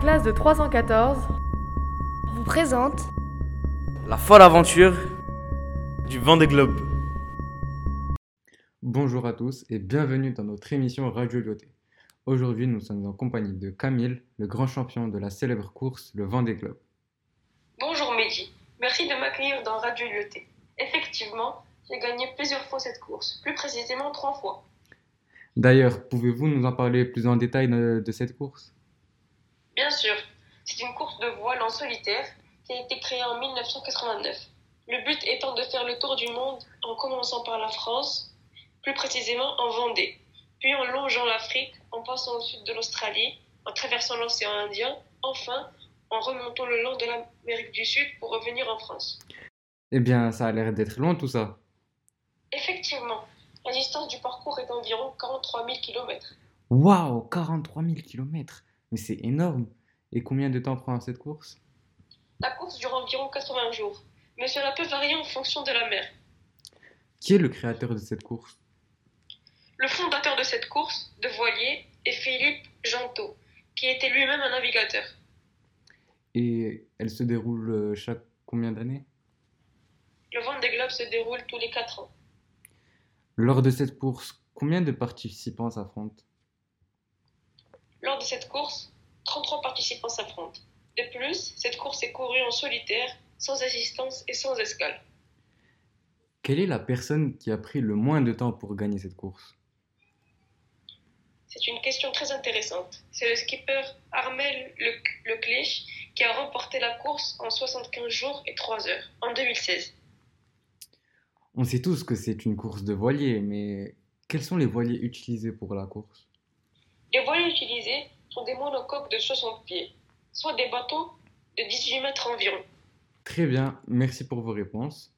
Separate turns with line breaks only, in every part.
classe de 314
vous présente
La folle aventure du vent des globes.
Bonjour à tous et bienvenue dans notre émission Radio Lyoté. Aujourd'hui, nous sommes en compagnie de Camille, le grand champion de la célèbre course Le Vent des Globes.
Bonjour Mehdi, merci de m'accueillir dans Radio Lyoté. Effectivement, j'ai gagné plusieurs fois cette course, plus précisément trois fois.
D'ailleurs, pouvez-vous nous en parler plus en détail de, de cette course
Bien sûr, c'est une course de voile en solitaire qui a été créée en 1989. Le but étant de faire le tour du monde en commençant par la France, plus précisément en Vendée, puis en longeant l'Afrique, en passant au sud de l'Australie, en traversant l'océan Indien, enfin en remontant le long de l'Amérique du Sud pour revenir en France.
Eh bien, ça a l'air d'être long tout ça.
Effectivement, la distance du parcours est d'environ 43 000 km.
Waouh, 43 000 km Mais c'est énorme Et combien de temps prend cette course
La course dure environ 80 jours, mais cela peut varier en fonction de la mer.
Qui est le créateur de cette course
Le fondateur de cette course, de voilier, est Philippe Gentot, qui était lui-même un navigateur.
Et elle se déroule euh, chaque combien d'années
Le Vendée Globe se déroule tous les 4 ans.
Lors de cette course, combien de participants s'affrontent
Lors de cette course, 33 participants s'affrontent. De plus, cette course est courue en solitaire, sans assistance et sans escale.
Quelle est la personne qui a pris le moins de temps pour gagner cette course
C'est une question très intéressante. C'est le skipper Armel Le- Leclich qui a remporté la course en 75 jours et 3 heures, en 2016.
On sait tous que c'est une course de voilier, mais quels sont les voiliers utilisés pour la course
Les voiles utilisées sont des monocoques de 60 pieds, soit des bateaux de 18 mètres environ.
Très bien, merci pour vos réponses.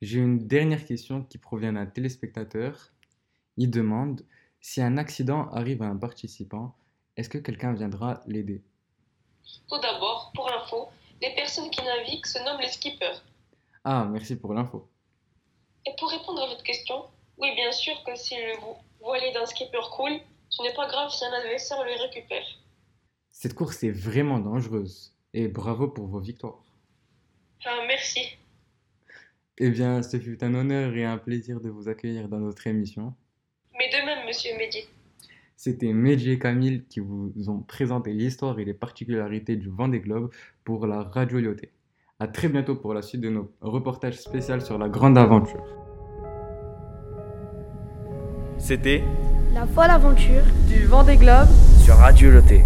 J'ai une dernière question qui provient d'un téléspectateur. Il demande si un accident arrive à un participant, est-ce que quelqu'un viendra l'aider
Tout d'abord, pour info, les personnes qui naviguent se nomment les skippers.
Ah, merci pour l'info.
Et pour répondre à votre question, oui, bien sûr que si le vo- voilier d'un skipper coule, ce n'est pas grave si un adversaire le récupère.
Cette course est vraiment dangereuse et bravo pour vos victoires.
Enfin, merci.
Eh bien, ce fut un honneur et un plaisir de vous accueillir dans notre émission.
Mais de même, monsieur Mehdi.
C'était Mehdi et Camille qui vous ont présenté l'histoire et les particularités du Vendée Globe pour la Radio Lyoté. A très bientôt pour la suite de nos reportages spéciaux sur la grande aventure.
C'était
La folle aventure
du Vendée Globe
sur Radio Loté.